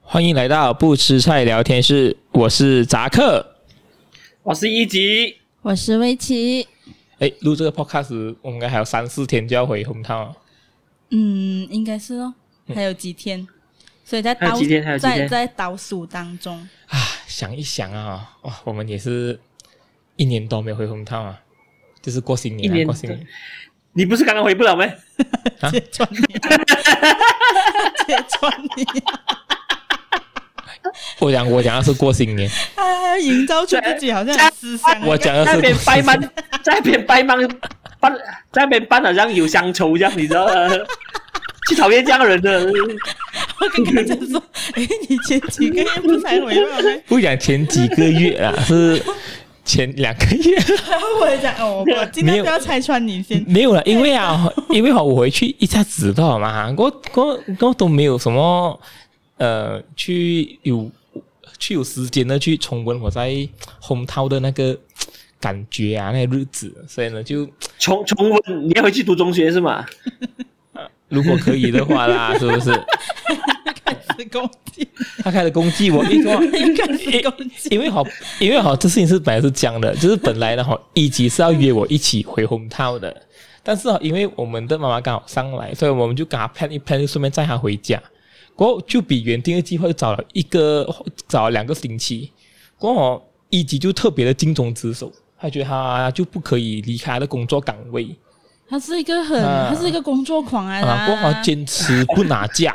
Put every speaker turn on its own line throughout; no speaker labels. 欢迎来到不吃菜聊天室，我是扎克。
我是一级，
我是威奇。
哎，录这个 podcast 我们应该还有三四天就要回hometown 啊了。
嗯，应该是哦，还有几天，所以在
嗯还有
倒
几天还有几
在
天
在倒数当 中，
啊，想一想啊，哇，我们也是一年多没回 hometown 啊，就是过新年、
一
啊，
年
过新年。
你不是刚刚回不了吗？
啊
揭穿你，揭穿你，
我讲我讲的是过新年，
还还要哎营造出自己好像很思想
我讲的
在那
是
边
过新
掰
年
班，在那边掰班班，在那边班好像有乡愁这样，你知道吗？去讨厌这样的人的，
我跟大家 说，哎，你前几个月不才回来吗？
不讲前几个月啊，是前两个月。
然后我也讲哦，我尽量不要拆穿你先。
没有了，因为啊， 因为哈，我回去一下子到嘛，我我我都没有什么呃，去有去有时间的去重温我在红涛的那个感觉啊，那个日子，所以呢，就
重重温，你要回去读中学是吗？
如果可以的话啦，是不是？
开始攻击，
他开始攻击我，一说。
开始攻击。
因为好，因为好，这事情是本来是这样的，就是本来呢哈，一级是要约我一起回红套的，但是哦，因为我们的妈妈刚好上来，所以我们就跟她 plan 一 plan，就顺便载她回家。过后就比原定的计划就早了一个，早了两个星期。过后哦一级就特别的尽忠职守，他觉得他就不可以离开他的工作岗位
他是一个很，
啊
他是一个工作狂啊
啊，过后
他
哦。坚持不拿假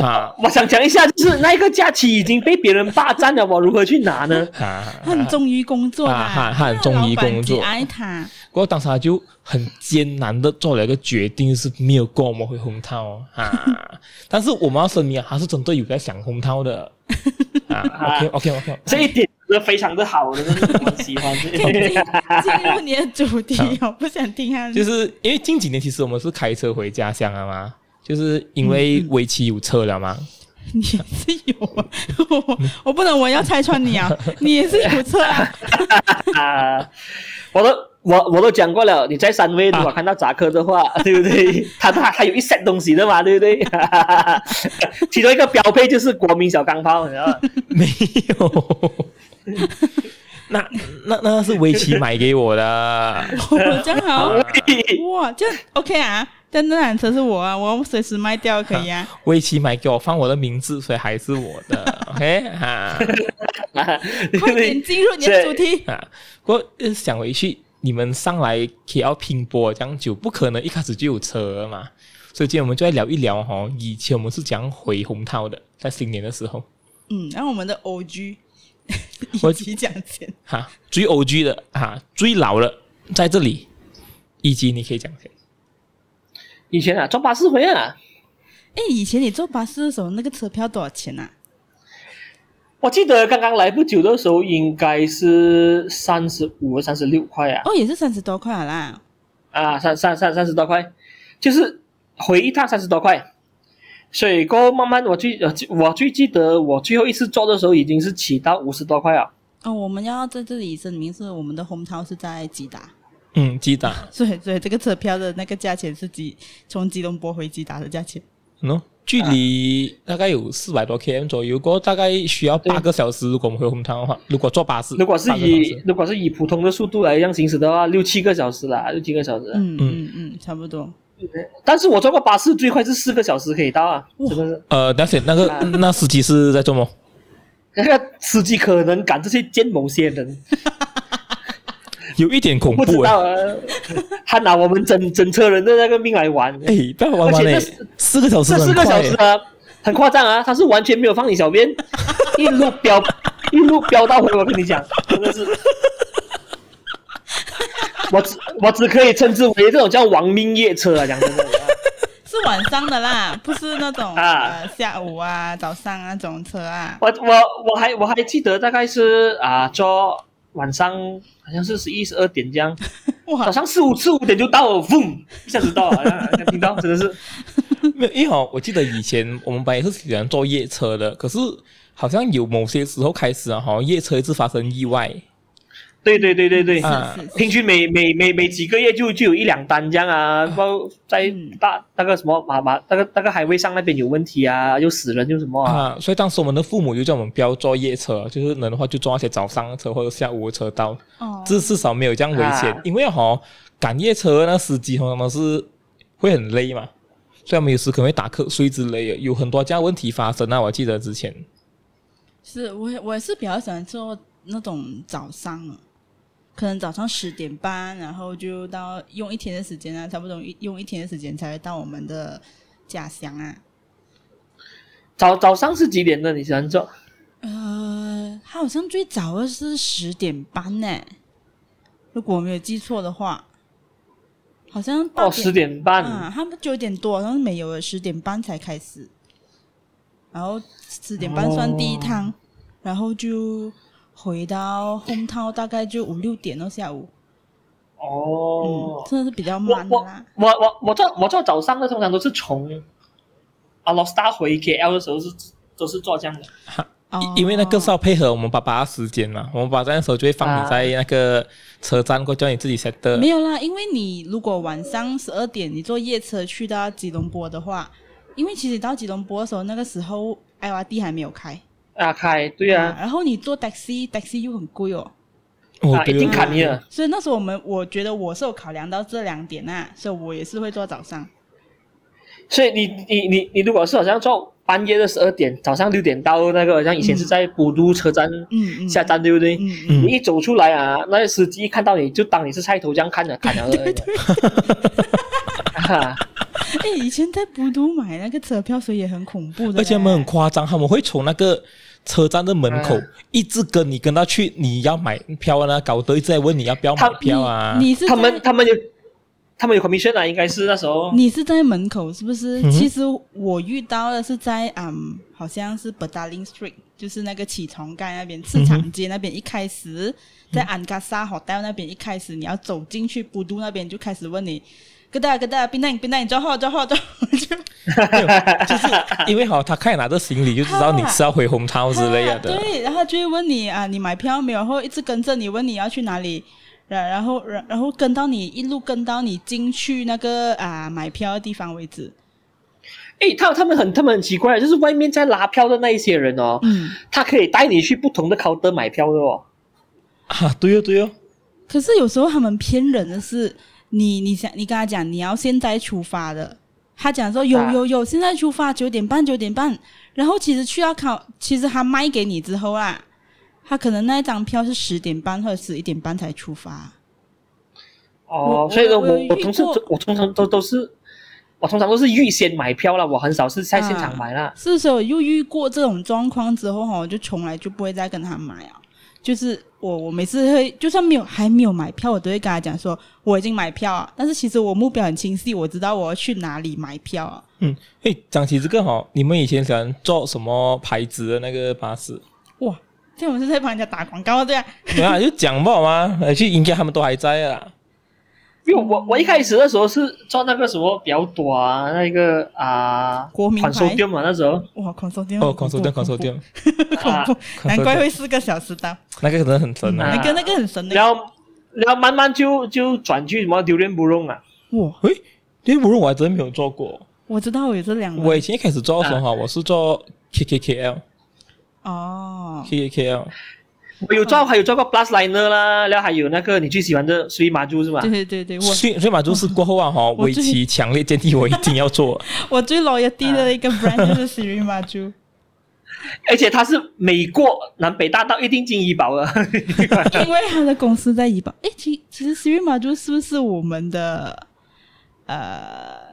啊
我想讲一下，就是那一个假期已经被别人霸占了，我如何去拿呢？
啊，
他很忠于工作啦，
啊他他很忠于工作
老板极爱他。
不过当时他就很艰难的做了一个决定，就是没有跟我们回红套啊。但是我们要声明啊，他是真的有在想红套的啊。OK OK OK，
这一点真的非常的好，我真的很喜欢。
进进入你的主题哦，不想听他
就是是因为近几年其实我们是开车回家乡了嘛，就是因为围棋有车了嘛。
你也是有啊，我 我不能我要拆 穿你啊，你也是有错啊，
啊，我都我我都讲过了，你在三位如果
啊
看到扎克的话，对不对？ 他他他有一 set 东西的嘛，对不对？其中一个标配就是国民小钢炮，你知道吗？
没有。那那那是围棋买给我的，
我这样好
喂
哇，这样 OK 啊，但那辆车是我啊，我随时卖掉可以啊，
围棋买给我放我的名字，所以还是我的。OK 啊。
啊对不
快
对
点？进入你的主题，
啊，不过呃想回去，你们上来 KL 拼搏这样久，不可能一开始就有车了嘛。所以今天我们就来聊一聊哈、哦，以前我们是怎样回红套的，在新年的时候
嗯，然后我们的 OG
我
一起讲先，
哈、最 OG 的哈、最老的在这里，以及你可以讲一下
以前啊，坐巴士回啊，
哎，以前你坐巴士的时候，那个车票多少钱啊？
我记得刚刚来不久的时候，应该是三十五、三十六块啊，
哦，也是三十多块啊啦，
啊，三三三三十多块，就是回一趟三十多块。所以过后慢慢我最呃最我最记得我最后一次坐的时候已经是起到五十多块了。
哦，我们要在这里声明是我们的红桃是在吉达。
嗯，记得
所以，所以这个车票的那个价钱是吉从吉隆坡回吉达的价钱。
喏，距离大概有四百多 km 左右，不过大概需要八个小时。如果我们回红套的话，如果坐巴士，
如果是
八个小
以
时
如果是以普通的速度来这样行驶的话，六七个小时啦，六七个小时。
嗯嗯嗯，差不多。
但是我坐过巴士，最快是四个小时可以到啊，真的是。
呃，但是 那个
啊
那司机是在做梦。
那个司机可能赶这些见某些人，
有一点恐
不知
怖哎、
道啊， 他拿我们整整车人的那个命来玩。
哎、不要玩玩嘞、
而且这
四个小时
这
很
四
快、
个
欸，
小时啊，很夸张啊，他是完全没有放你 小便，一路飙一路飙到回，我跟你讲，真的是。我只我只可以称之为这种叫亡命夜车啊，讲真的。
是晚上的 啦，不是那种、
啊
呃下午啊、早上啊这种车啊。
我我我还我还记得大概是啊，坐晚上好像是十一十二点这 样，早
哇，
上四五四五点就到了，嗡，一下子到了，啊啊听到真的是
没有，因为哦，我记得以前我们班也是喜欢坐夜车的，可是好像有某些时候开始啊，好像夜车一直发生意外，
对对对对对，
啊
是是
平
是，
均每每每每几个月就就有一两单这样啊，包在
嗯
大那个什么马马那个那个海威上那边有问题啊，又死人又什么啊，
啊，所以当时我们的父母就叫我们不要坐夜车，就是能的话就坐那些早上的车或者下午的车到，
哦，
至至少没有这样危险。
啊
因为哈、赶夜车那司机通常都是会很累嘛，所以他们有时可能会打瞌睡之类的，有很多这样的问题发生啊。我记得之前
是我也我也是比较喜欢做那种早上的，可能早上十点半，然后就到用一天的时间啊，差不多一用一天的时间才会到我们的家乡啊。
早早上是几点的？你哦喜欢做？
呃，他好像最早的是十点半呢，如果我没有记错的话，好像到
哦，十点半。
啊，他们九点多好像是没有了，十点半才开始，然后十点半算第一趟，然后就回到 home town 大概就五六点到下午，
哦
嗯，，真的是比较
我
慢的
我
啦。
我我我做我做早上的通常都是从阿罗斯达回 KL 的时候是都是做这样的。
哦
因因为那个是要配合我们爸爸的时间嘛，我们爸爸那时候就会放你
啊
在那个车站过，叫你自己 set 的
呃没有啦，因为你如果晚上十二点你坐夜车去到吉隆坡的话，因为其实到吉隆坡的时候，那个时候哎 I R D 还没有开，
啊，开对啊，
然后你坐 taxi，taxi 又很贵哦，
哦
啊，
对
一定
哦
砍你的。
所以那时候我们我觉得我是有考量到这两点啊，所以我也是会坐早上。
嗯所以你你你你如果是好像做半夜的十二点，早上六点到那个，好像以前是在古都车站
嗯嗯，
下站，对不对？
嗯嗯，
嗯
你一走出来啊，那些司机一看到你就当你是菜头这样看着看了的那个。 啊
哎、以前在普都买那个车票，所以也很恐怖的嘞，
而且他们很夸张，他们会从那个车站的门口、
啊
嗯
一直跟你跟他去，你要买票啊，那搞得一直在问你要不要买票啊。
你你是
他们
在
他们有他们有 commission 啊，应该是那时候。
你是在门口是不是？
哦嗯
其实我遇到的是在嗯，好像是 b e d a l i n Street，就是那个启崇街那边、市场街那边。一开始在安
嗯
嘎沙 hotel 那边，一开始你要走进去布都那边，就开始问你。哥大哥大，冰蛋冰蛋，抓号抓号抓号，就
没有就是 因为好，他看你拿着行李就知道你是要回红涛之类的。
啊对，然后他就会问你啊，你买票没有？然后一直跟着你问你要去哪里，然然后然然后跟到你一路跟到你进去那个啊买票的地方为止。
诶，他他们很他们很奇怪，就是外面在拉票的那一些人哦，
嗯，
他可以带你去不同的 counter 买票的哦。
啊，对哦对哦，
可是有时候他们骗人的是，你你想你跟他讲你要现在出发的，他讲说有
啊
有有，现在出发九点半九点半，然后其实去到考，其实他卖给你之后啦，他可能那一张票是十点半或者十一点半才出发。我
哦，所以说
我有
我我
遇
通常
过
我通常都都是我通常都是预先买票啦，我很少是在现
啊
场买啦。
是时候又遇过这种状况之后哈，我就从来就不会再跟他买啊。就是我我每次会，就算没有还没有买票，我都会跟他讲说我已经买票啊。但是其实我目标很清晰，我知道我要去哪里买票啊。
嗯，哎，讲起这个哈，你们以前喜欢坐什么牌子的那个巴士？
哇，这样我们是在帮人家打广告对啊？
没有啊，就讲不好吗？呃其实应该他们都还在啊的啦。
因为我我一开始的时候是做那个什么比较多啊，那个啊，
国民牌
款收店嘛那时候
哇，狂收店
哦，狂收店，狂收，店，
啊，
难怪会四个小时到，
那个可能很神啊。
那个那个很神的
然后然后慢慢就就转去什么榴莲不用啊，
哇！
喂，因为无论我还真没有坐过。
我知道我有这两
我
位
以前一开始做的时候
嗯
哈，我是做 KKKL。
哦，
K K K L，
我有
嗯
做还有做过 Plus Liner 啦，然后还有那个你最喜欢的水马珠是吗？
对对对对，我
所以所以马就是过后啊哈，
我
围棋强烈建议我一定要做，
我最 loyalty 的一个 brand 就是 Siri m a j u
而且它是美国南北大道一定进医保 的。
因为他的公司在怡保。诶，其其实 Siri m a j u 是不是我们的呃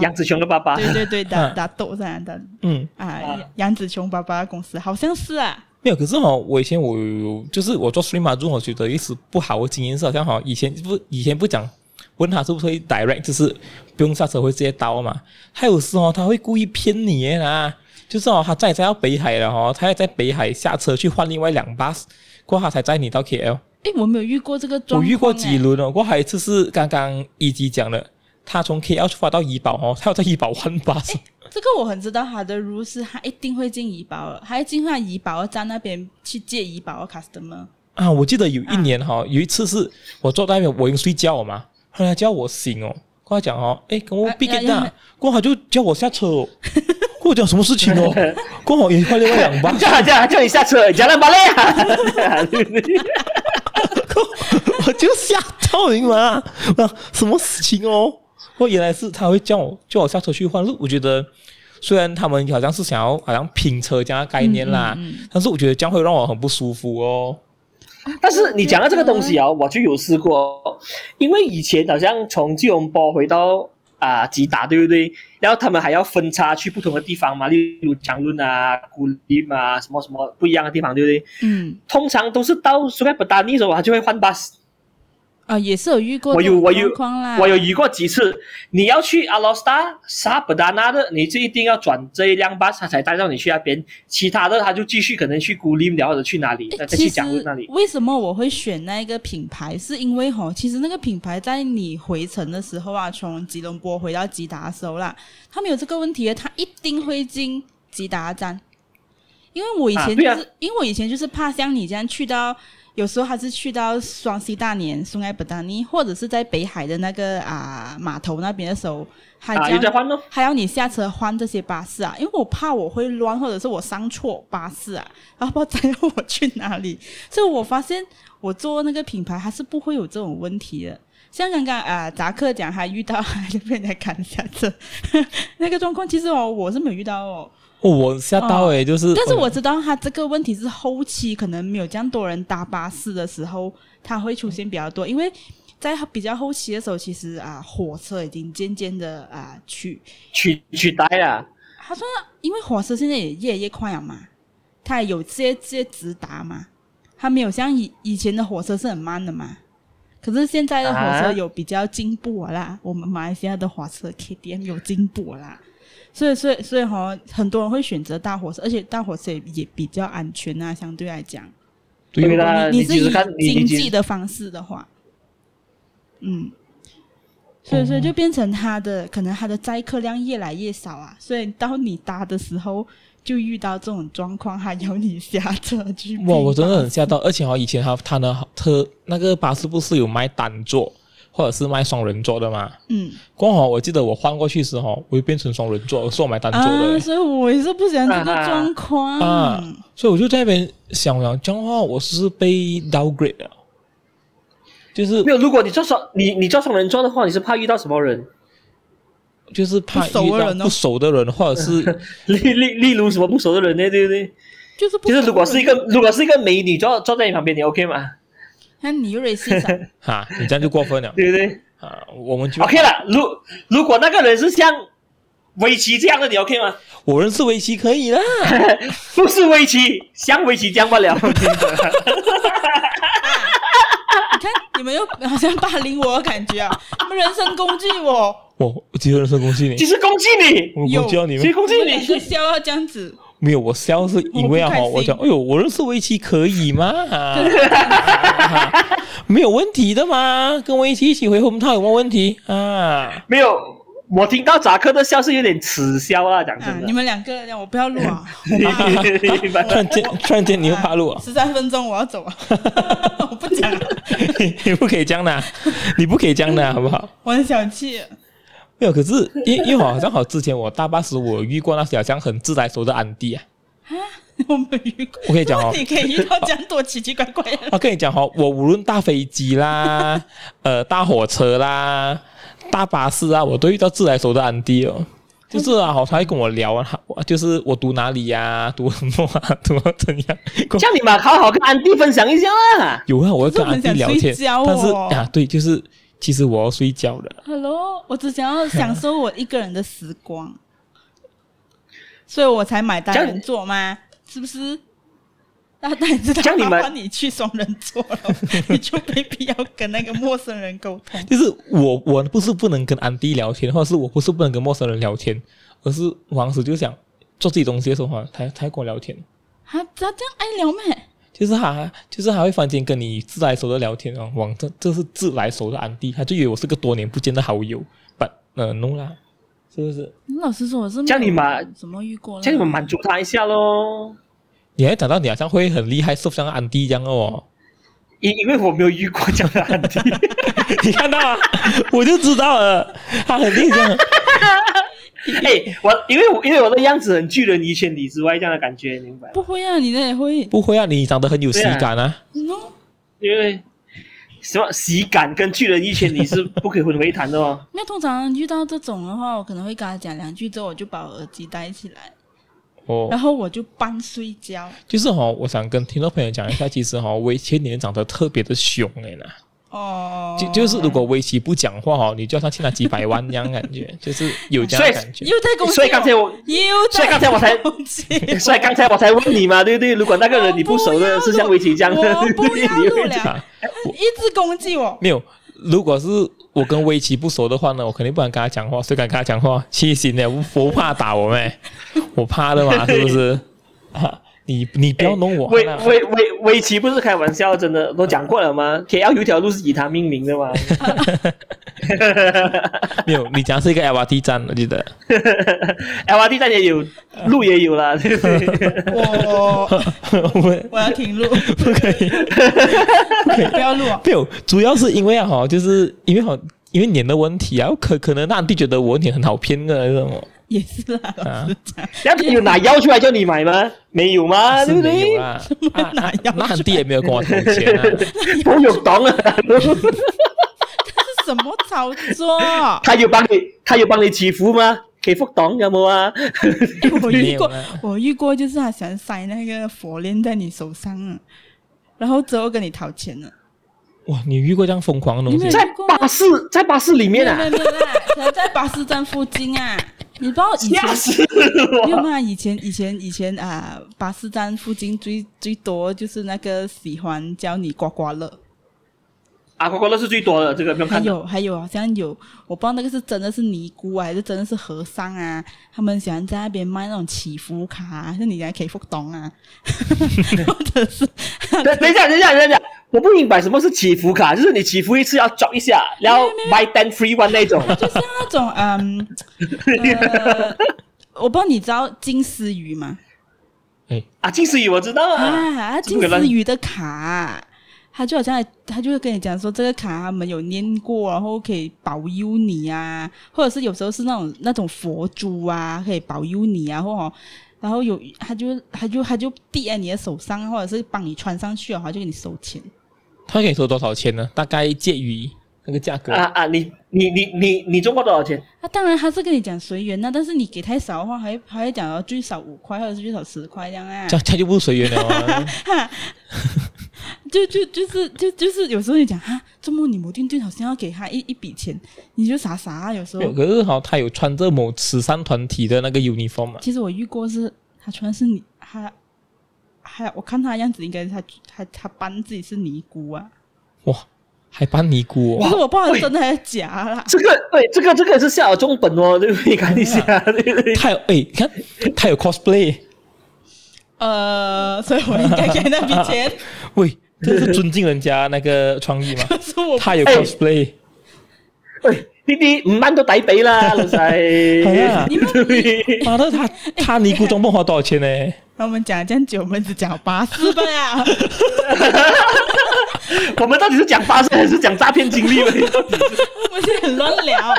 杨子琼的爸爸，，
对 对对，打
嗯
打斗在的
嗯，
啊，杨紫琼爸爸的公司好像是啊，
没有。可是哈，我以前我有就是我做 stream 马珠，我觉得一次不好的经验是好像哈，以前不以前不讲，问他是不是会 direct，就是不用下车会直接刀嘛。还有时候他会故意骗你耶啦，就是哦，他载你载到北海了哦，他要在北海下车去换另外两 bus，过后他才载你到 K L。
诶，我没有遇过这个状
我
况诶。
遇过几轮哦，过后还有一次是刚刚一级讲的，他从 K L 出发到怡保哦，他要在怡保换 bus。
这个我很知道他的 rule 是他一定会进怡保了，他一进他怡保站那边去接怡保的 customer。
啊，我记得有一年哈、有一次是我坐在那边，我已经睡觉了嘛，后来叫我醒哦，跟他讲哦，哎，跟我
啊
b i
要
g
要
大，过后他就叫我下车哦， 跟我讲什么事情 哦，过后也快另外两巴
叫他叫他叫你下车，讲了巴累啊！
我就吓到你嘛，啊，什么事情哦？我原来是他会叫我叫我下车去换路，我觉得虽然他们好像是想要好像拼车这样的概念啦，
嗯嗯嗯
但是我觉得这样会让我很不舒服哦。
但是你讲到这个东西啊，我就有试过，因为以前好像从吉隆坡回到啊吉打，对不对？然后他们还要分叉去不同的地方嘛，例如江伦啊、古林啊，什么什么不一样的地方，对不对？
嗯
通常都是到苏盖布达尼的时候，他就会换 bus。
啊，也是有遇过
我有
这种
我有
状况啦，
我有遇过几次，你要去阿罗斯达沙布达那的，你就一定要转这一辆巴士，他才带到你去那边。其他的他就继续可能去孤立了，或者去哪里，再
诶
再
哎其
去
实
讲那里。
为什么我会选那一个品牌？是因为吼，其实那个品牌在你回程的时候啊，从吉隆坡回到吉达的时候啦，他们有这个问题的，他一定会进吉达站。因为我以前
啊
就
对啊
是，因为我以前就是怕像你这样去到，有时候还是去到双溪大年、松埃布达尼，或者是在北海的那个啊码头那边的时候，他
啊，
叫
又在换咯。
还要你下车换这些巴士啊，因为我怕我会乱，或者是我上错巴士啊，然后不知道我去哪里。所以我发现我做那个品牌，它是不会有这种问题的。像刚刚啊、扎克讲他遇到就被人家赶下车 那个状况，其实哦我是没有遇到哦，
哦，我吓到诶、就是，
但是我
嗯
知道他这个问题是后期可能没有这样多人搭巴士的时候，它会出现比较多，因为。在比较后期的时候，其实啊，火车已经渐渐的啊去
取取代啊啦。
他说，因为火车现在也越来越快了嘛，它也有这些这些直达嘛，它没有像以以前的火车是很慢的嘛。可是现在的火车
啊
有比较进步了啦，我们马来西亚的火车 KTM 有进步了啦，所以所以所以哈、很多人会选择大火车，而且大火车也也比较安全啊，相对来讲，
对
如
哦
啦
果你
你
是
其
以
实看你
经
你其
济
实
的方式的话，
哦
嗯，所以所以就变成他的可能他的载客量越来越少啊，所以到你搭的时候就遇到这种状况，还有你下车去
哇，
拼
我真的
吧
很吓到，而且哈、以前哈他呢，特那个巴士不是有卖单座或者是卖双人座的嘛？
嗯
刚好我记得我换过去时候，我又变成双人座，是我买单座的、
欸
啊，所以我也是不喜欢这个状况
啊，所以我就在那边想，我想这样的话，我是不是被 downgrade 了，就是
没有，如果你做双你你做双人座的话，你是怕遇到什么人？
就是怕
不熟的
遇到
人哦
不熟的人，或者是
例例例如什么不熟的人呢？对不对？
就是不
就是如果是一个如果是一个美女坐坐在你旁边，你 OK 吗？
那你又得欣赏
哈，你这样就过分 了
对不对
啊！我们就
？OK 了。如如果那个人是像围棋这样的，你 OK 吗？
我认识围棋可以啦，
不是围棋，像围棋这样不了。
你看你们又好像霸凌我的感觉啊，你们人身攻击我，
我我只有人身攻击你
其，实攻击你，
我
有
我教你
谁
们
攻击
你们两个
你？
笑要这样子。
没有，我笑是因为啊
我不开心
我讲，哎呦，我认识围棋可以 吗？啊没有问题的嘛，跟我一起一起回红套有没有问题啊？
没有，我听到扎克的笑是有点耻笑啊，讲
啊
真！的
你。们两个人，我不要录 啊！
突然 间，突然间你又怕路啊？
十三分钟，我要走啊！ 我不讲了，
你不可以这样的啊，你不可以这样的
嗯
啊，好不好？
我很小气。
没有，可是因因为好像好之前我大巴时我有遇过那些好像很自来熟的安迪啊，
我没遇过，
我跟你讲哦
你可以遇到这样多奇奇怪怪的。
我跟你讲哦，我无论搭飞机 啦，呃，搭火车啦，搭巴士啊，我都遇到自来熟的安迪哦。就是啊，好，他会跟我聊啊，他就是我读哪里呀、读什么啊， 读怎样？跟我
叫你们好好跟安迪分享一下啦。
有啊，我会跟
可是我
安
很
迪
想
聊
睡
天，
觉
但是
哦
啊，对，就是其实我要睡觉了。
Hello，我只想要享受我一个人的时光，所以我才买单人座嘛，是不是？那当然知道，
这样你们
麻烦你去双人座 了，你就没必要跟那个陌生人沟通。
就是我我不是不能跟安迪聊天，或者是我不是不能跟陌生人聊天，而是我当时就想做自己东西的时候哈，他他跟我聊天，
啊，只要这样爱聊咩？
就是他就是他会房间跟你自来熟的聊天哦，哇，这这是自来熟的安迪，他就以为我是个多年不见的好友，but 呃 no 啦，是不是？
老实说，我是没有
这样你嘛
什么遇过了，
叫你们满足他一下喽。
你还讲到你好像会很厉害，受像安迪一样的哦，
因因为我没有遇过这样的案例，
你看到啊，我就知道了，他肯定这样。
哎，我因为我因为我的样子很拒人于千里之外这样的感觉，明白吗？
不会啊，你那也会
不会啊，你长得很有喜感啊。
？No，
因为什么喜感跟拒人于千里是不可以混为一谈的哦。
那通常遇到这种的话，我可能会跟他讲两句之后，我就把我耳机戴起来，
哦，
然后我就半睡觉。
就是哈、我想跟听众朋友讲一下，其实哈、围棋你长得特别的凶哎呐，
哦，
就就是如果围棋不讲话哦，你就要他欠他几百万那样感觉，就是有这样的感觉。
又在攻击我，
所以刚才我
又
所以刚才我才
在攻击我
所以刚才我才问你嘛，对不对？如果那个人你不熟的，
我不要
是像围棋这样的，
我
对
不
对？
要
你
录
会
了
啊，我
一直攻击我。
没有。如果是我跟围棋不熟的话呢，我肯定不敢跟他讲话，谁敢跟他讲话？气死你！啊 我不怕打我咩？我怕的嘛，是不是？ 啊，你你不要弄
哎
我。
围
好啦
围围围棋不是开玩笑，真的都讲过了吗？K L 有一条路是以他命名的 嘛。
没有，你讲是一个 LRT 站，我记得。
L R D 站也有，路也有啦，对不对？
我
我们
我要停录，
不可以。
不要录啊。
没有，主要是因为啊哈，就是因为哈，因为脸的问题啊，可可能那弟觉得我脸很好骗的，那种
也是啦，老实讲，
那有拿药出来叫你买吗？没有吗？对
是
不
没有
对？
啊。
么
啊
哪要
那弟也没有跟我投钱啊。
我有懂啊，
这是什么操作？
他有啊帮你，他有帮你祈福吗？祈福懂有冇啊？
哎 我
没
遇
有
过
啊，
我遇过，就是他喜欢塞那个佛链在你手上啊，然后之后跟你讨钱啊了。
哇，你遇过这样疯狂的东
你
西
没有？
在巴士，在巴士里面
没
啊
有，没有没有啦，可能在巴士站附近啊。你不知道以
吓
前
死
没有
我！
嘛？以前以前以前啊，巴士站附近最最多就是那个喜欢叫你刮刮乐，
啊，刮刮乐是最多的，这个不用
还
看的。
有还有好像有，我不知道那个是真的是尼姑啊，还是真的是和尚啊，他们喜欢在那边卖那种祈福卡、啊，像你来可以福东啊，或者是
等等一下，等一下，等一下，我不明白什么是祈福卡，就是你祈福一次要抓一下，然后 buy ten free one 那种。
就像那种嗯，呃，我不知道你知道金丝鱼吗？
啊，近视语我知道啊，
啊，
这
金
个烂
丝鱼的卡，他就好像他就会跟你讲说，这个卡他们有念过，然后可以保佑你啊，或者是有时候是那种那种佛珠啊，可以保佑你啊，或哦然后有他就他就他就递在你的手上，或者是帮你穿上去然后就给你收钱。
他给你收多少钱呢？大概介于那个价格。
啊啊，你你你你你中过多少钱？
那、啊当然他是跟你讲随缘呐、但是你给太少的话，还还会讲到最少五块或者是最少十块这样啊
这。样这样就不随缘了、啊。
就就就是就就是有时候你讲哈，这么你某定对好像要给他一一笔钱，你就傻傻、啊、有时
没有
候。
可是哈，他有穿着某慈善团体的那个 uniform 啊嘛？
其实我遇过是，他穿的是你，他还我看他的样子，应该是他他他扮自己是尼姑啊，
哇，还扮尼姑、哦。
可是我不知道
喂
是真的还是假啦。
这个对，这个这个也是下了重本哦，对不对？看一下，对不对？
他有哎、你看他有 cosplay，
呃，所以我应该给那笔钱，
喂，这是尊敬人家那个创 意嘛？
可是我
他有
哎
cosplay，、
喂，呢啲五蚊都抵俾啦，老
係啊
細。
你们
對
妈的，他他尼姑装扮花多少钱呢？哎
那我们讲了这样久，我们只讲八啊四吧呀，
我们到底是讲发生还是讲诈骗经历呢？
我们是很乱聊。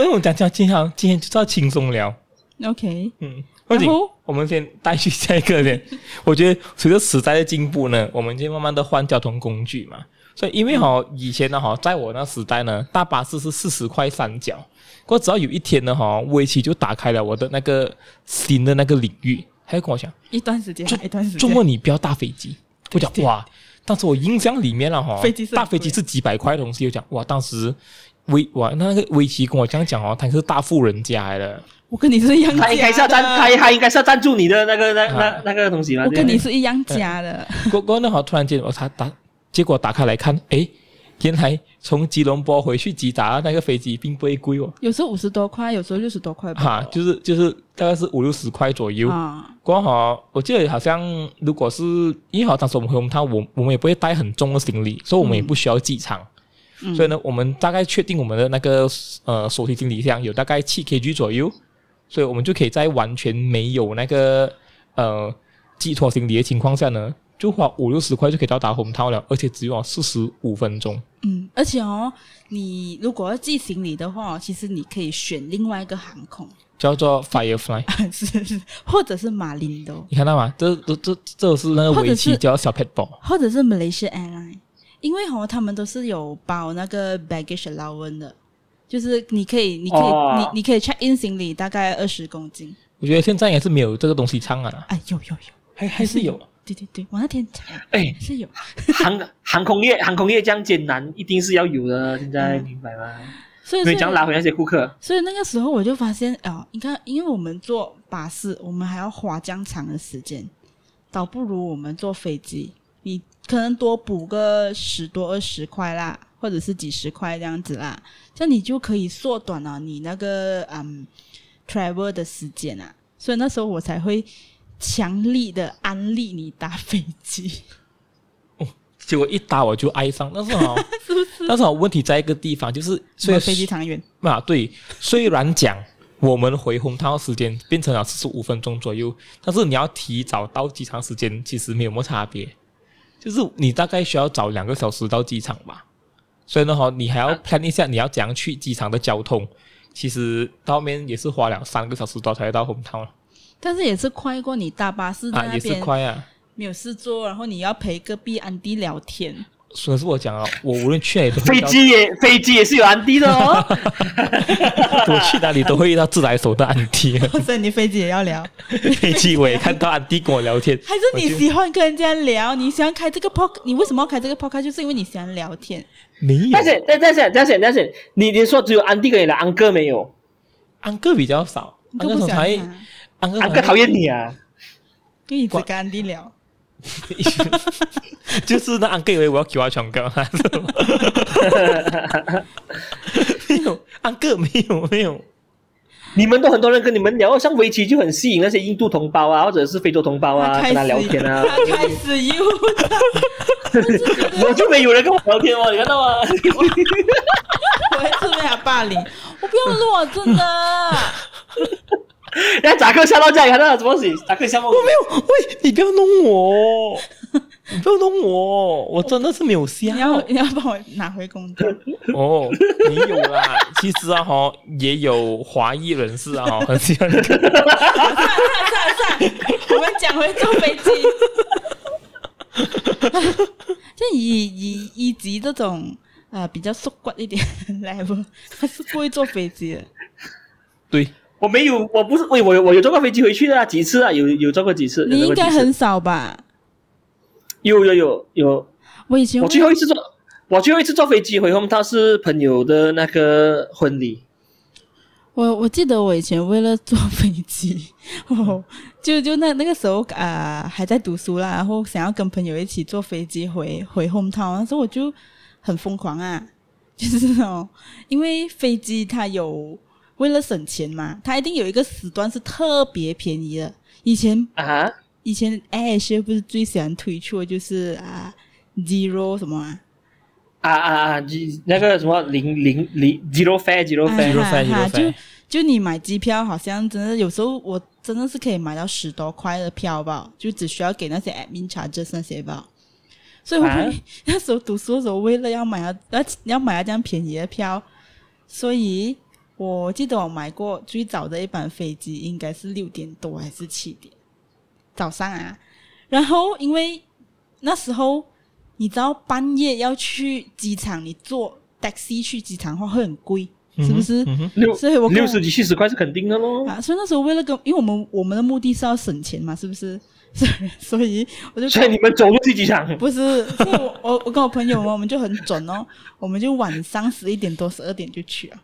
因为我讲讲今天今天就是要轻松聊，
OK，
嗯，不仅
然后
我们先带去下一个点。 我觉得随着时代的进步呢，我们就慢慢的换交通工具嘛。所以因
嗯
为哈、以前呢哈，在我那时代呢，大巴士是四十块三角。不过只要有一天呢哈，围棋就打开了我的那个新的那个领域。他就跟我讲，
一段时间
周，
一段时
周
间。
末你不要搭飞机。我讲
对
哇，当时我印象里面了哈，
飞机是很
大飞机
贵
是几百块的东西。我讲哇，当时围哇那个围棋跟我这样讲哦，他是大富人家来的。
我跟你是一样
他应该是要
家
赞，
的
他他应该是要赞助你的那个那
啊
那那个东西嘛。
我
对
跟
不
你
对
是一样家的。
过过那好，突然间我查打，结果打开来看，诶，原来从吉隆坡回去吉达那个飞机并不会贵哦，
有时候五十多块，有时候六十多块吧。
哈、就是就是大概是五六十块左右。
啊，
过后我记得好像如果是因为好当时我们回红汤，我我们也不会带很重的行李，所以我们也不需要寄仓。
嗯
所以呢，我们大概确定我们的那个呃手提行李箱有大概七 kg 左右，所以我们就可以在完全没有那个呃寄托行李的情况下呢，就花五六十块就可以到达红套了，而且只用四十五分钟。
嗯，而且哦，你如果要寄行李的话哦，其实你可以选另外一个航空，
叫做 Firefly，
是是，或者是马林的哦，
你看到吗？这这这这是那个
或者
围棋
是
叫小 pet ball，
或者是 Malaysia Airline，因为哦，他们都是有包那个 baggage allowance 的，就是你可以，你可以，
哦
你你可以 check in 行李大概二十公斤，
我觉得现在也是没有这个东西唱啊，
哎，有有有，
还还是有。
对对对，我那天查
哎，
是有，
航航空业航空业这样艰难，一定是要有的，现在
嗯
明白吗？
所
所
以所
以
以
讲拉回那些顾客，
所以那个时候我就发现啊、你看，因为我们坐巴士，我们还要花这样长的时间，倒不如我们坐飞机，你可能多补个十多二十块啦，或者是几十块这样子啦，这样你就可以缩短了你那个嗯 travel 的时间啊。所以那时候我才会强力的安利你搭飞 机，
结果一打我就哀伤，但是 哦，但是哦，问题在一个地方，就是虽
所以
然
飞机长远。
啊，对，虽然讲我们回红套时间变成了四十五分钟左右，但是你要提早到机场时间其实没有什么差别，就是你大概需要早两个小时到机场吧。所以呢，哈，你还
啊
要 plan 一下你要怎样去机场的交通。其实到后面也是花了三个小时多才到红套了
但是也是快过你搭巴士在
啊，
那
也是
边、
快啊。
没有事做，然后你要陪隔壁安迪聊天，
所以是我讲啊，我无论去哪里都会
飞
遇到，
机也飞机也是有安迪的哦。啊
我去哪里都会遇到自来熟的安迪。
或者你飞机也要聊，
飞机我也看到安迪跟我聊天，
还是你喜欢跟人家聊？你喜欢开这个 pod，你为什么要开这个 podcast？就是因为你喜欢聊天。
啊
没有
但是但但是但是但是，你你说只有安迪跟你的安哥没有，
安哥比较少，安
你都
哥
不
总
喜欢
裁，
他，
安哥
安哥讨厌你啊！
因为你只跟安迪聊。
就是那安哥以为我要给他啊床高，没有，安哥没有没有，
你们都很多人跟你们聊，像围棋就很吸引那些印度同胞啊，或者是非洲同胞啊，
他
跟他
开
聊
始，
天啊。
他开始又，
我就没有人跟我聊天哦，你看到吗？
我是被他霸凌。我不要录，啊 真的。
人家扎克笑到这样，你看到什么东西？扎克笑到我
没有，喂，你不要弄我，你不要弄我，我真的是没有笑
你要你要帮我拿回公道。
哦，没有啦，其实啊哈，也有华裔人士啊哈，很喜 欢看
算了算了算了，我们讲回坐飞机。 就以以以及这种呃比较缩骨一点的 level，他是不会坐飞机的。
对，
我没有，我不是，喂，我有我有坐过飞机回去的啊，几次啊？有有坐过几次？
你
有坐过
应
几
该
次
很少吧？
有有有有，
我以前
我
会
最后一次坐，我最后一次坐飞机回 home，他是朋友的那个婚礼。
我我记得我以前为了坐飞机，我就就那那个时候啊、呃还在读书啦，然后想要跟朋友一起坐飞机回回 home town，那时候我就很疯狂啊，就是哦，因为飞机它有为了省钱嘛，它一定有一个时段是特别便宜的。以前
啊哈，
以前 Air Asia 不是最喜欢推出的就是啊、zero 什么啊，
啊啊啊！几那个什么零零零 zero fare zero
啊
fare，、
肉饭
哈哈
肉饭
就就你买机票，好像真的有时候我真的是可以买到十多块的票吧，就只需要给那些 admin charges 那些吧。所以我会、
哎
啊
那时候读书的时候，为了要买啊到要要买到这样便宜的票，所以我记得我买过最早的一班飞机应该是六点多还是七点早上啊。然后因为那时候你知道半夜要去机场，你坐 taxi 去机场的话会很贵，是不是？
嗯哼
六
所以我跟
六十几七十块是肯定的咯。
啊，所以那时候为了跟，因为我们我们的目的是要省钱嘛，是不是？ 所以所以我 就
所以你们走路去机场，
不是，所以我我我跟我朋友们，我们就很准哦，我们就晚上十一点多、十二点就去了，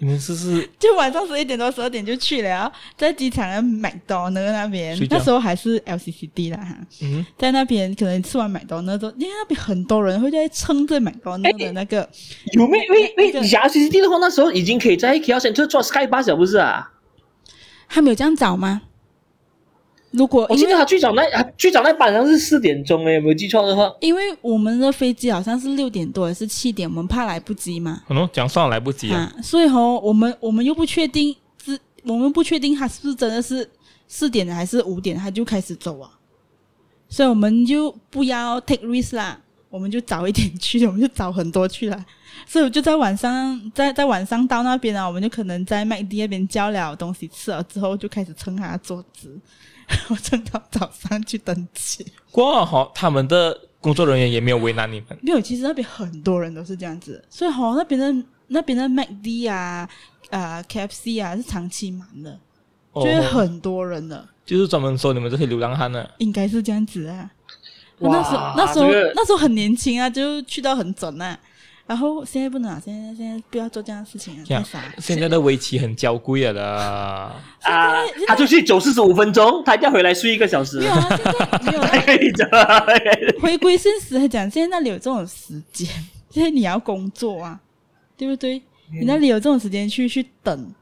你们是不是
就晚上十一点多、十二点就去了，啊在机场的麦当娜那边
睡，觉
那时候还是 LCCD 啦哈，
嗯
在那边可能吃完麦当娜之后，因为那边很多人会在撑着麦当娜的那个。
有没有？喂
那个
喂，你想要 CCD 的话，那时候已经可以在 KL Central 坐 Sky Bus 了，不是啊？
他没有这样早吗？如果
我
哦因
记
为
得他最早那他最早那班好像是四点钟诶，有没有记错的话？
因为我们的飞机好像是六点多还是七点，我们怕来不及嘛，
可能讲算了来不及啊？
啊，所以吼，我们我们又不确定，是我们不确定他是不是真的是四点还是五点他就开始走啊，所以我们就不要 take risk 啦，我们就早一点去，我们就早很多去了。 所以我就在晚上，在在晚上到那边啊，我们就可能在麦迪那边叫了东西吃了之后，就开始撑他的桌子， 我撑到早上去登记。
过后啊他们的工作人员也没有为难你 们，
没有，其实那边很多人都是这样子，所以好、那边的那边的 MacD 啊、啊 KFC 啊是长期满的，就是
哦
很多人的，
就是专门收你们这些流浪汉的。
应该是这样子啊。
哇
那时候那时候、
这个
那时候很年轻啊，就去到很准啊。然后现在不能啊，现在现在不要做这样的事情啊，
这
太
样
傻了。
现在的围棋很娇贵了啦，
啊
现在，
他出去走四十五分钟，他一定要回来睡一个小时
没。有啊，现在没有啊、
可以的，
回归现实来讲，现在那里有这种时间，现在你要工作啊，对不对？
嗯
你那里有这种时间去去等，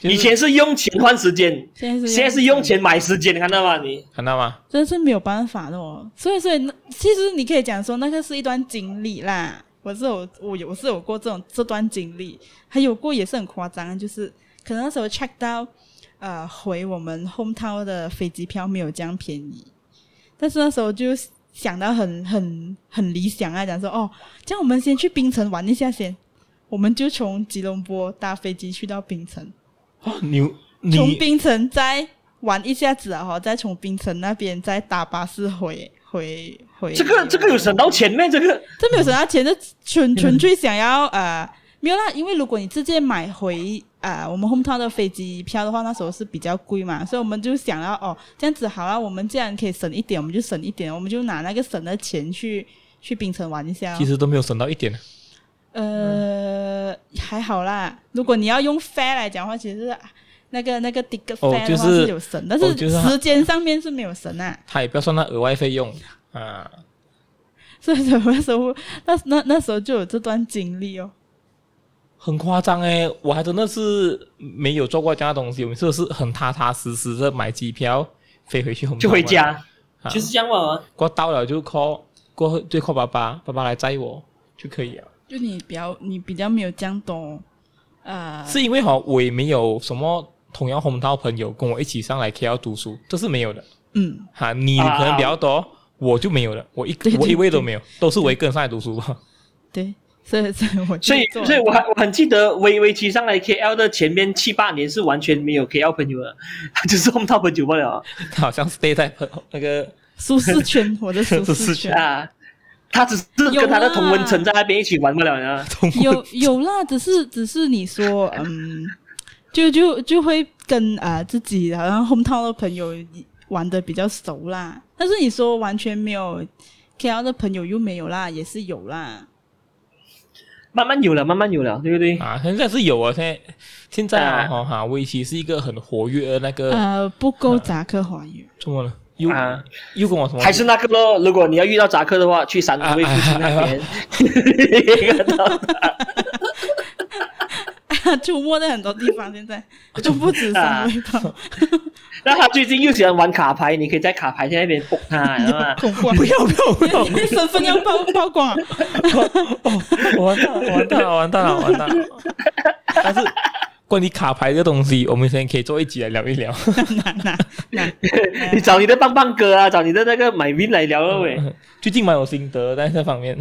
就是
以前是用钱换时间，
现在是
现在是用钱买时间，你看到吗？你
看到吗？
真是没有办法的哦。所以，所以那其实你可以讲说，那个是一段经历啦。我是有我有我是有过这种这段经历，还有过也是很夸张，就是可能那时候 check 到，呃，回我们 home town 的飞机票没有这样便宜，但是那时候就想到很很很理想啊，讲说哦，这样我们先去槟城玩一下先，我们就从吉隆坡搭飞机去到槟城。
哦，你
从
你
槟城再玩一下子啊，哈，再从槟城那边再搭巴士回回回。
这个这嗯个有省到钱咩？这个
这没有省到钱，这纯纯粹想要呃没有啦，因为如果你直接买回啊、呃我们 home town 的飞机票的话，那时候是比较贵嘛，所以我们就想要哦这样子好了，我们既然可以省一点，我们就省一点，我们就拿那个省的钱去去槟城玩一下、哦
其。实都没有省到一点，
呃，还好啦。如果你要用 fair 来讲的话，其实那个那个 d i g
哦
fair
就
的话
是
有神，但
哦就是它
时间上面是没有神啊。
他也不要算那额外费用啊。
所以什么时候那那那时候就有这段经历哦。
很夸张哎，我还真的是没有做过这样的东西，我每次都是很踏踏实实的买机票飞回去红，
就回，家，
啊、
就是这样嘛。
过到了就 call 过就 call 爸爸，爸爸来载我就可以了。
就你比较你比较没有这样懂，呃，
是因为哈，我也没有什么同样红道朋友跟我一起上来 KL 读书，这是没有的
嗯，
哈。你可能比较多，
啊
我就没有了，我 一
对对
我一位都
对
没有，都是我一个人上来读书。
对，所以所以我就
所以，
做
所以我还我很记得微微骑上来 KL 的前面七八年是完全没有 KL 朋友的， 就是碰到朋友不了
他好像 stay 在 朋那个
舒适圈，我的舒适圈
啊。他只是跟他的同温层在那边一起玩不了呢。
中国
有有啦，只是只是你说，嗯，就就就会跟啊、呃自己好像 home town 的朋友玩的比较熟啦。但是你说完全没有 KL 的朋友又没有啦，也是有啦。
慢慢有了，慢慢有了，对不对？
啊，现在是有啊，现在现在啊
啊
哈哈，围棋是一个很活跃的那个。
呃，不够扎克华语，
怎么了？又、
啊
又跟我什么？
还是那个咯，如果你要遇到扎克的话，去三威附近那边。
啊
出没在很多地方，现在
啊
就不止三味 道，
那他最近又喜欢玩卡牌，你可以在卡牌那边 book 他，知道吗？
恐怖啊！
哎不要不要不要！
你的身份要曝曝光啊！
哦我完蛋了，完蛋了，完蛋 了，完蛋了！但是关于卡牌这个东西，我们以前可以做一集来聊一聊。
哪哪哪？
你找你的棒棒哥啊，找你的那个买 win 来聊了喂
最近蛮有心得，在这方面。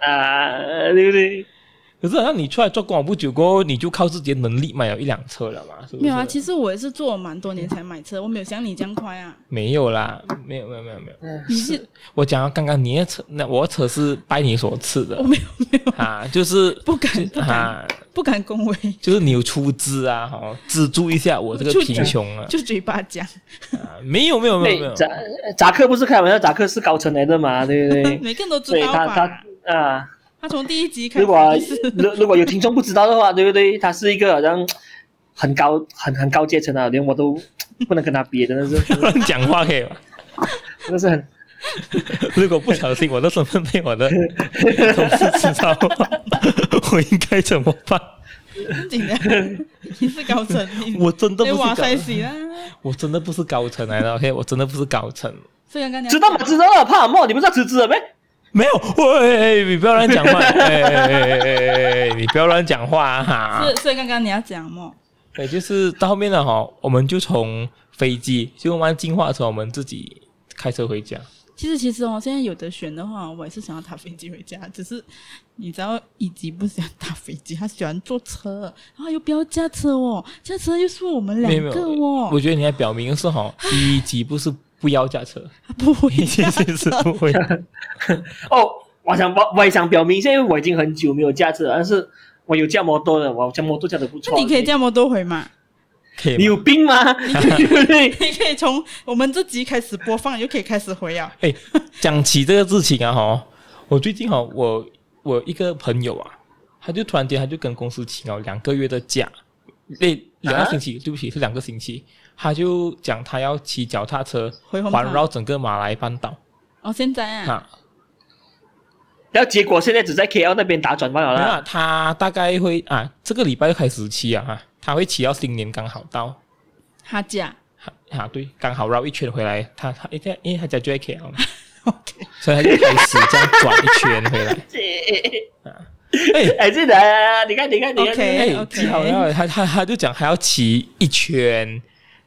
啊，对不对？
可是好像你出来做工不久过后，你就靠自己的能力买了一辆车了嘛？是不是
没有啊，其实我也是做了蛮多年才买车，我没有像你这样快啊。
没有啦，没有没有没有没有。
你是
我讲到刚刚你的车，那我的车是拜你所赐
我
的
没有没有
啊，就是
哦不敢不敢
啊，
不敢恭 维，
就是你有出资啊，哦，资助一下我这个
就
贫穷啊。
就嘴巴讲，
啊没有没有没有没有
对，，扎扎克不是开玩笑，扎克是高层来的嘛，对不对？
每个人都知
所以
道
他
吧
他？啊，
他从第一集开始
如 果
就是
如如果有听众不知道的话，对不对？他是一个好像很高很很高阶层啊，连我都不能跟他比，真的是
乱讲话可以吗？
真的是很
如果不小心我的身份被我的 同事知道，我应该怎么办？
正经的，你是高层，你
我真的不是
你哎哇
高，
塞啊死啦！
我真的不是高层来的，OK，我真的不是高层。
所以刚刚你要
知道吗？知道了，怕什么？你不是要辞职了没？
没有，喂，你不要乱讲话，哎哎哎哎哎，你不要乱讲话啊哈。
是，所以刚刚你要讲嘛？
对，就是到后面了哈，我们就从飞机就慢慢进化成我们自己开车回家。
其实，其实哦，现在有的选的话，我也是想要搭飞机回家，只是你知道，以及不喜欢搭飞机，他喜欢坐车，然后又不要驾车哦，驾车又是我们两
没有没
个
有，
哦，
我觉得你还表明是哈，一级不是不要驾车，
他啊不回
一 级
家
是是不会。
哦，我想我我也想表明一下，因为我已经很久没有驾车了，但是我有驾摩托的，我驾摩托驾的不
那
错。
你可以这么多回嘛？
可以
你
吗
有病吗？ 对不对？
你可以从我们这集开始播放，就可以开始回啊。
哎，讲起这个事情啊，哈，我最近哈，我我一个朋友啊，他就突然间他就跟公司请了两个月的假，那两个星期，对不起，是两个星期，他就讲他要骑脚踏车
回红
环
毯
绕整个马来半岛
哦，现在啊，
啊，
然后结果现在只在 KL 那边打转弯了啦。
那啊他大概会啊，这个礼拜就开始骑啊，啊他会骑到新年刚好到。
哈假
啊啊，对，刚好绕一圈回来，他他因为因为他家就在 KL 嘛，
，OK，
所以他就开始这样转一圈回来。哎、
哎，这的啊，你看，你看，你看
OK
哎，记好了，他他他就讲还要骑一圈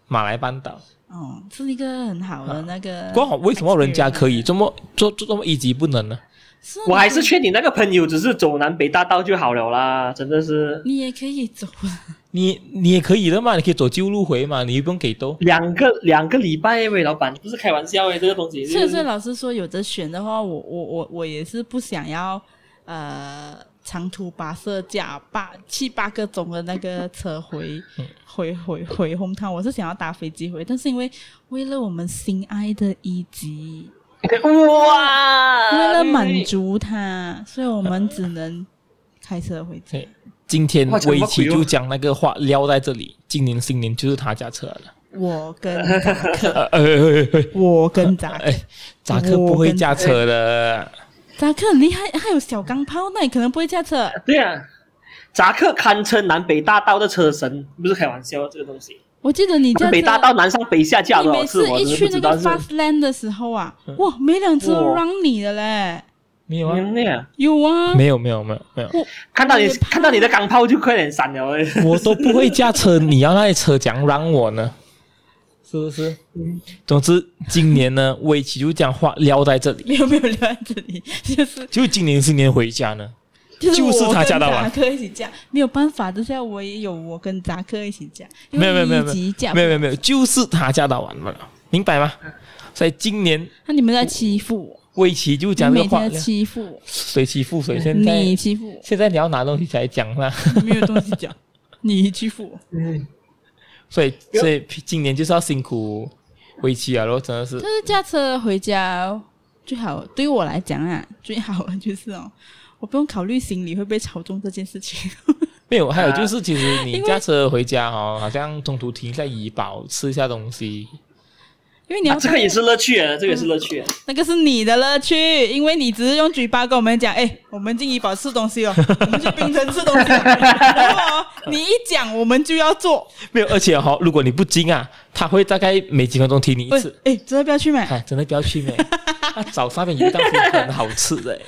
马来半岛。
哦，
嗯
是一个很好的那个。
刚好为什么人家可以这么做做这么一级不能呢？
是
我还是劝你那个朋友只是走南北大道就好了啦，真的是
你也可以走啊。
你你也可以的嘛，你可以走旧路回嘛，你又不用给多。
两个两个礼拜喂，老板不是开玩笑哎，这个东西。
所以，所以老师说，有的选的话，我我我我也是不想要呃长途跋涉驾八七八个钟的那个 车回
嗯
回回回 home town，我是想要搭飞机回，但是因为为了我们心爱的一级，
哇，
为了满足他，所以我们只能开车回家。
对今天
哇
围棋
讲到鬼哦
就将那个话撂在这里，今年新年就是他驾车了。
我跟 扎克，
呃呃呃呃，
我跟扎克
哎，扎克不会驾车的。
扎克很厉害，他有小钢炮，那你可能不会 驾车。
对啊，扎克堪称南北大道的车神，不是开玩笑这个东西。
我记得你驾
南北大
车。
道南上北下架
你
多
每
少次，
次
我
一
真的
去
不
那
知道
个
是。嗯
Fast Land 的时候啊，哇，没辆车
哇
让你的嘞，
没有啊，
嗯，那样
有啊，
没有没有没有没有，
看到你
我也怕
看到你的钢炮就快点闪了。喂
我都不会驾车，你要那些车讲让我呢？是不是？总之，今年呢，围棋就这样话撂在这里。
没有没有留在这里， 就是
就今年新年回家 呢，
就是
就是
我
他
跟
驾到
扎
啊
克一起驾，没有办法，之下我也有我跟扎克一起驾，因
没有没有没有
为一起驾，
没有没有没有，就是他驾到完了，明白吗？所以今年
那你们在欺负我，
围棋就
你
讲这
每
个话
天在，欺负我，
谁欺负谁？现在
你欺负我，
现在你要拿东西才讲啦，
我没有东西讲，你欺负我，
嗯，
所以所以今年就是要辛苦围棋啊，然后真的是
但是驾车回家最好，对于我来讲啊，最好的就是哦，我不用考虑行李会被吵中这件事情。
没有，还有就是，其实你
因为
驾车回家哦，好像中途停一下怡宝吃一下东西，
因为你要、
啊这个也是乐趣啊，这个也是乐趣啊。
那个是你的乐趣，因为你只是用嘴巴跟我们讲，哎，我们进怡宝吃 东西哦，我们去冰城吃东西哦，然后哦你一讲我们就要做，
没有，而且哈、哦，如果你不精啊，他会大概每几分钟停你一
喂
次，
哎，真的不要去买，
哎，真的不要去 没。那早上面有一道是很好吃的，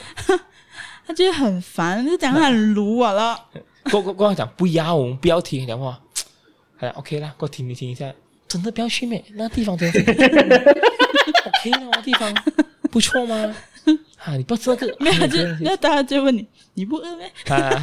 他就会很烦，就讲他很鲁啊我了，
跟跟跟我讲不要，我们不要停，讲话，哎，OK 啦，给我停一停一下，真的不要去没，那地方真 的是 OK 的那地 方不错吗？啊，你不要吃那个，
没有
啊
他
你
就
这样子
那大家就问你，你不饿咩？
啊，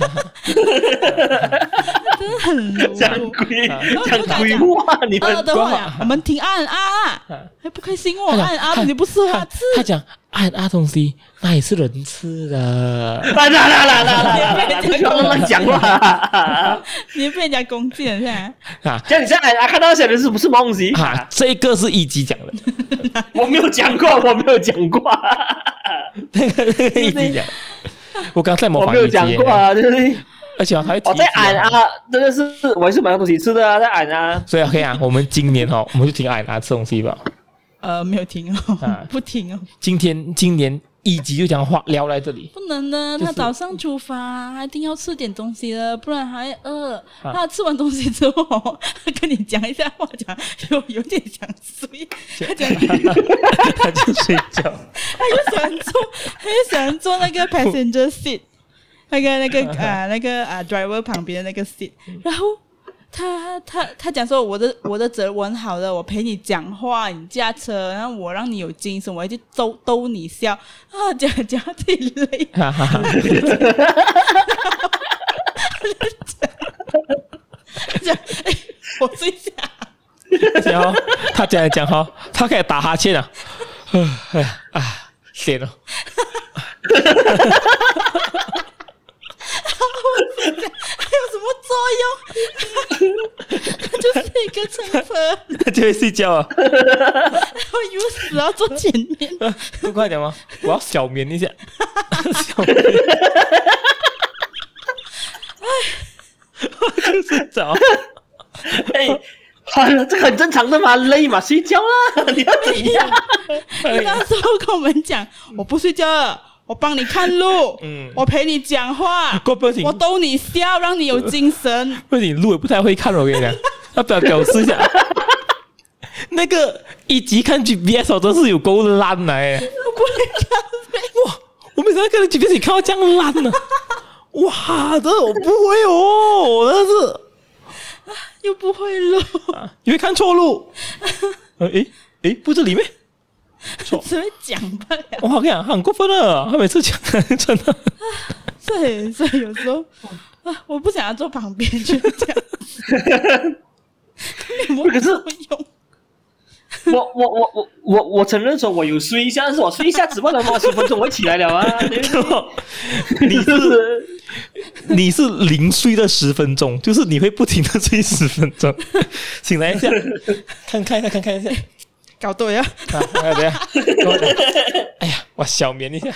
真的很鲁。
讲鬼
啊
讲鬼话，你
饿
们
的话呀
光啊，哎
我们停按 啊
啊
啊，还不开心
他
哦，
讲
按啊
他
你不适合啊吃，
他讲按啊东西，那也是人吃的。
啦啦啦啦啦啦啦啦，不要乱讲话。
你被人家攻击了现 在。
啊
像你现在啊，看到小人是不是梦
哎
西？
啊，这个是一级讲的，
我没有讲过，我没有讲 过，
那个那个一级讲。 我刚才模
我
仿
没有
一级
讲过，啊， 对不对？
而且还会提
我在
一级
俺，啊，真的是我还是买到东西吃的啊，在俺啊。
所以 OK 啊，我们今年哦，我们就听俺啊吃东西吧。
呃，没有停哦，
啊
不停哦，
今天今年一级就讲话聊来这里，
不能呢。
就是
他早上出发，他一定要吃点东西了，不然还饿。
啊
他吃完东西之后， 他跟你讲一下话，讲 有有点想睡，他讲
他就睡觉。
他又想坐，他又想坐 那个
嗯
passenger seat，那个那个啊、那个啊、driver 旁边的那个 seat，然后他他他讲说我的我的哲文好了，我陪你讲话，你驾车，然后我让你有精神，我还去逗逗你笑啊，讲讲到自己累，
哈哈哈，
讲哎，我睡下，
而且哦，他这样讲哦，他开始打哈欠啊了，哎呀啊， 天哦，
还有什么作用？ 就是一个乘风，然
他就会睡觉啊。
后又死到坐前面，
不快点吗？我要小眠一下， 小 眠， 哎，就是找。
哎，好了，这个很正常的嘛，累嘛，睡觉啦， 你要啊怎样？
哎
那时候跟我们讲，我不睡觉了，我帮你看路，
嗯
我陪你讲话，
过不行
我，逗你笑，让你有精神。
不行，路也不太会看，我跟你 讲，要表表示一下。那个一级看 GPS 哦，真是有够烂来、欸，
我不会看，
哇！我每次看到 GPS 你看到这样烂呢、哇，这我不会哦，我真是。
又不会录，
啊，你会看错 路。呃，诶诶，不是哦里面。错
只会讲罢了。
哇，我跟你讲，他很过分的，他每次讲真的，
对，所以有时候啊，我不想要坐旁边，就这样子。没有
可是
作用，
我我我我我我承认说，我有睡一下，但是我睡一下，只不过妈十分钟我起来了 啊，对不
你
对？
是 你是零睡的十分钟，就是你会不停的睡十分 钟，醒来一 下，看看一下，看看一下，
搞对啊！
啊，哎呀，等一下跟我讲，哎呀，我小眠一下，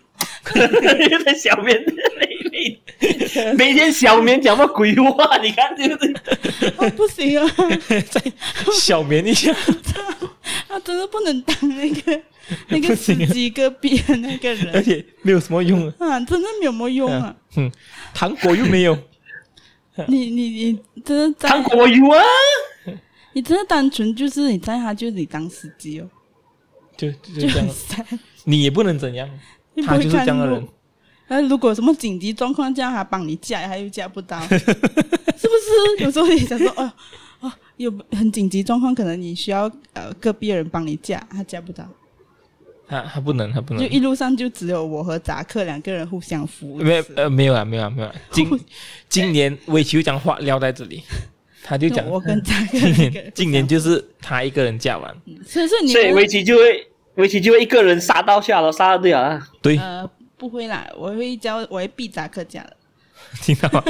又在小面，每天小面讲乜鬼话？你看对不 对？
哦，不行啊，
再小眠一下，
他啊真的不能当那个那个
不行啊
司机隔壁的那个
而
人
且没有什么用啊，
啊，真的没有什么用啊！
嗯，糖果又没有，
你你你真的
韩
在，
国有啊，
你真的单纯就是你在他就是你当司机哦，
就就
就
这样
很，sad。
你也不能怎样，
你不
他
会
就是这样的
看路
人。
那如果有什么紧急状况，这样还帮你架，他又架不到，是不 是？有时候你想说，哦，哦，有很紧急状况，可能你需要呃隔壁的人帮你架，他架不到，
他啊他不能，他不能
就。一路上就只有我和扎克两个人互相扶持。
没有呃没有啊没有啊没有啊，今今年维奇就讲话撂在这里，他就讲
我跟扎克
今
两个 人
年今年就是他一个人嫁完，
互相扶持，所以说你
所以
们
围棋就会围棋就会一个人杀到下了，杀到对了啊。
对，
呃不会啦，我会教，我会逼扎克架的，
听到吗？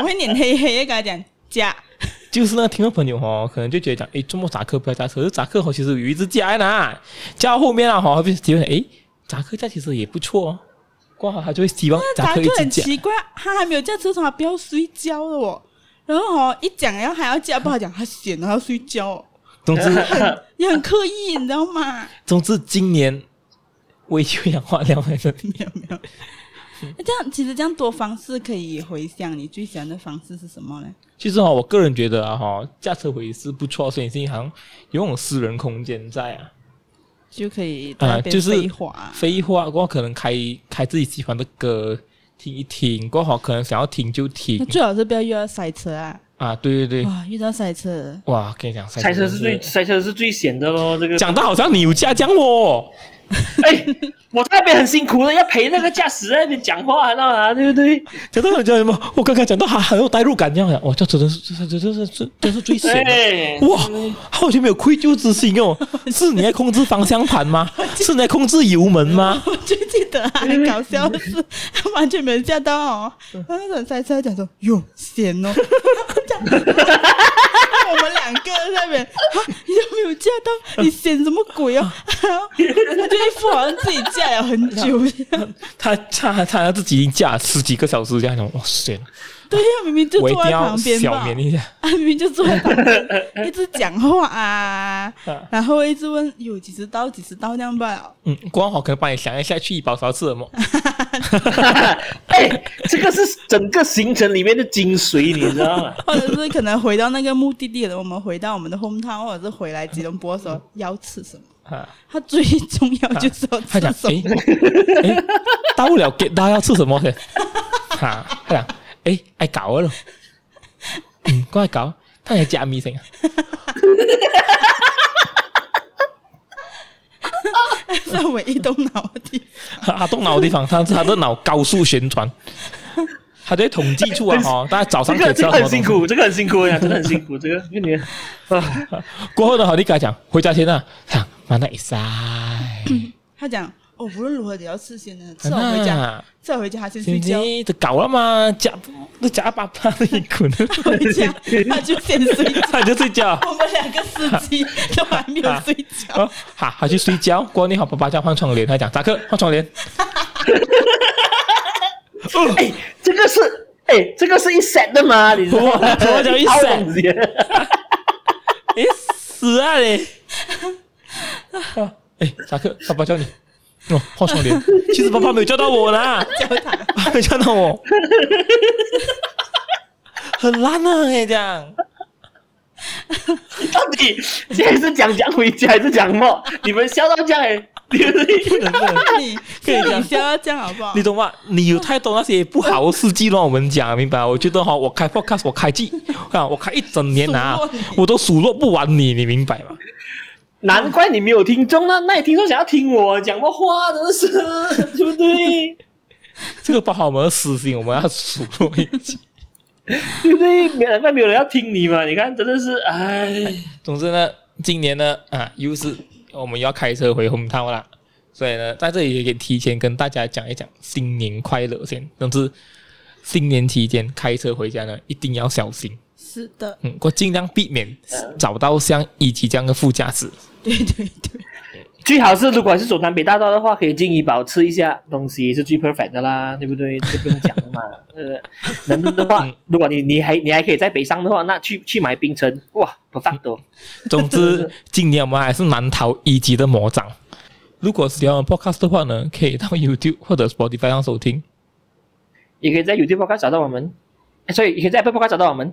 我会脸黑黑地跟他讲架，
就是那个听众朋友哦，可能就觉得讲，诶，周末扎克不要驾车，可是扎克哦，其实有一只家呢，驾到后面啊，哈，就觉得诶，扎克驾其实也不错哦，过后他就会希望
扎
扎克
克
一啊直
很
驾，
奇怪，他还没有叫车窗，他不要睡觉了哦。然后哦，一讲要还要叫，不好讲，他显了要睡觉、哦，
总之
也很刻意，你知道吗？
总之今年维奇讲话撂在这里，
没有没有。哎这样其实这样多方式可以回想，你最喜欢的方式是什么呢？
其实哈、我个人觉得啊哈，驾车回是不错，所以是好像有那种私人空间在啊。
就可以在那
啊
边
就是
飞滑，
废话，过后可能开开自己喜欢的歌听一听，过后可能想要听就
那
听
最好是不要遇到塞车啊！
啊，对对对，
哇，遇到塞车，
哇，跟你讲，
赛车是最
真的
赛车是最险 的咯，这个。
讲的好像你有家讲我，
哎，我在那边很辛苦的，要陪那个驾驶在那边讲话，知道吗？对不对？
讲到讲什么？我刚刚讲到还很有代入感，这样讲，哇，这真的是这这这这这这是最险的。
哎，
哇，他完全没有愧疚之心哦！是你在控制方向盘吗？是你在控制油门吗？
我最记得啊，很搞 笑的是，他完全没有吓到哦。
嗯
他那种塞车讲说哟险哦， 这样我们两个在那边，啊，你都没有吓到，你险什么鬼哦？ 然后他就一副好像自己驾了很久这样。
他他他自己已经驾了十几个小时这样讲，哇塞！
对呀、明明就
我一
坐
定
在
要
旁边
小
吧，
眠一下。
啊，明明就坐在旁边，一直讲话啊
啊，
然后一直问有几十刀几十刀这样罢了。
嗯，光好可能帮你想一下去医保啥吃什么。
哎， 这个是整个行程里面的精髓，你知 道吗？
或者是可能回到那个目的地了，我们回到我们的 home town，或者是回来吉隆坡的时
嗯
候要吃什么？
啊，
他最重要就是要
他
吃
讲
什么？
诶诶，到不了给大家要吃什么的？哈、他讲诶，爱搞啊咯， 嗯，我爱搞，他系假咪先啊，
在唯
哎
一动脑的地方。
他动脑的地方，他他的脑高速旋转，他在统计处啊哈，大家早上
这
可以
个
知
这
道
个
什么东
很辛
西。
苦，这个很辛苦哎呀，真的很辛苦。这个这个你啊，
过后的话，你跟他讲回家先啊， 他讲妈那一塞，
他讲，我、无论如何得要吃先 的，吃
真
好回家，
的。
吃好回家他先睡
啊先
觉，
知就搞啦嘛，夹都夹爸爸那一捆，
回 家 他就先睡觉。
他就睡觉。
我们两个司机都还没有睡觉
哦，，好，他去睡觉。过后你好，爸爸叫换窗帘，他讲扎克换窗帘。
哎，这个是哎，这个是一 set 的吗？你知道吗？
我怎么叫一 set？
套东西
诶，死啊 嘞！啊诶，扎克，爸爸叫你哦，换窗帘。其实爸爸没有叫到我啦，
叫他
爸爸 没有叫到我，很烂啊！诶，这样
到底现在是讲讲回家还是讲梦？你们笑到这样哎，你们
不能不能。
你，
啊可以讲
你先要这样好不好
你？懂吗？你有太多那些不好的事迹让我们讲，明白吗？我觉得哈，我开 podcast，我开季啊，我开一整年啊
数落你，
我都数落不完你，你明白吗？
难怪你没有听众呢，那你听众想要听我讲过话，真的是 对不对？
这个包含我们的私心，我们要数落一集。
对不对？没难怪没有人要听你嘛，你看真的是哎，
总之呢，今年呢啊，又是我们要开车回 home town 啦，所以呢，在这里也提前跟大家讲一讲新年快乐先。总之，新年期间开车回家呢，一定要小心，
是的，
嗯，我尽量避免找到像一级这样的副驾驶。
对对对，
最好是如果是走南北大道的话，可以进怡宝吃一下东西是最 perfect 的啦，对不对？这不用讲了嘛， 呃，能不能的话
嗯，
如果你你还你还可以在北上的话，那去去买冰城，哇，perfect
总之，今年我们还是难逃一级的魔掌。如果喜欢我们 podcast 的话呢，可以到 YouTube 或者 Spotify 上收听。
也可以在 YouTube podcast 找到我们，哎所以也可以在 Apple podcast 找到我们。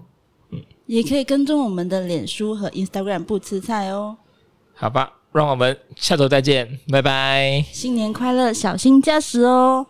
也可以跟踪我们的脸书和 Instagram 不吃菜哦。
好吧，让我们下周再见，拜拜。
新年快乐，小心驾驶哦。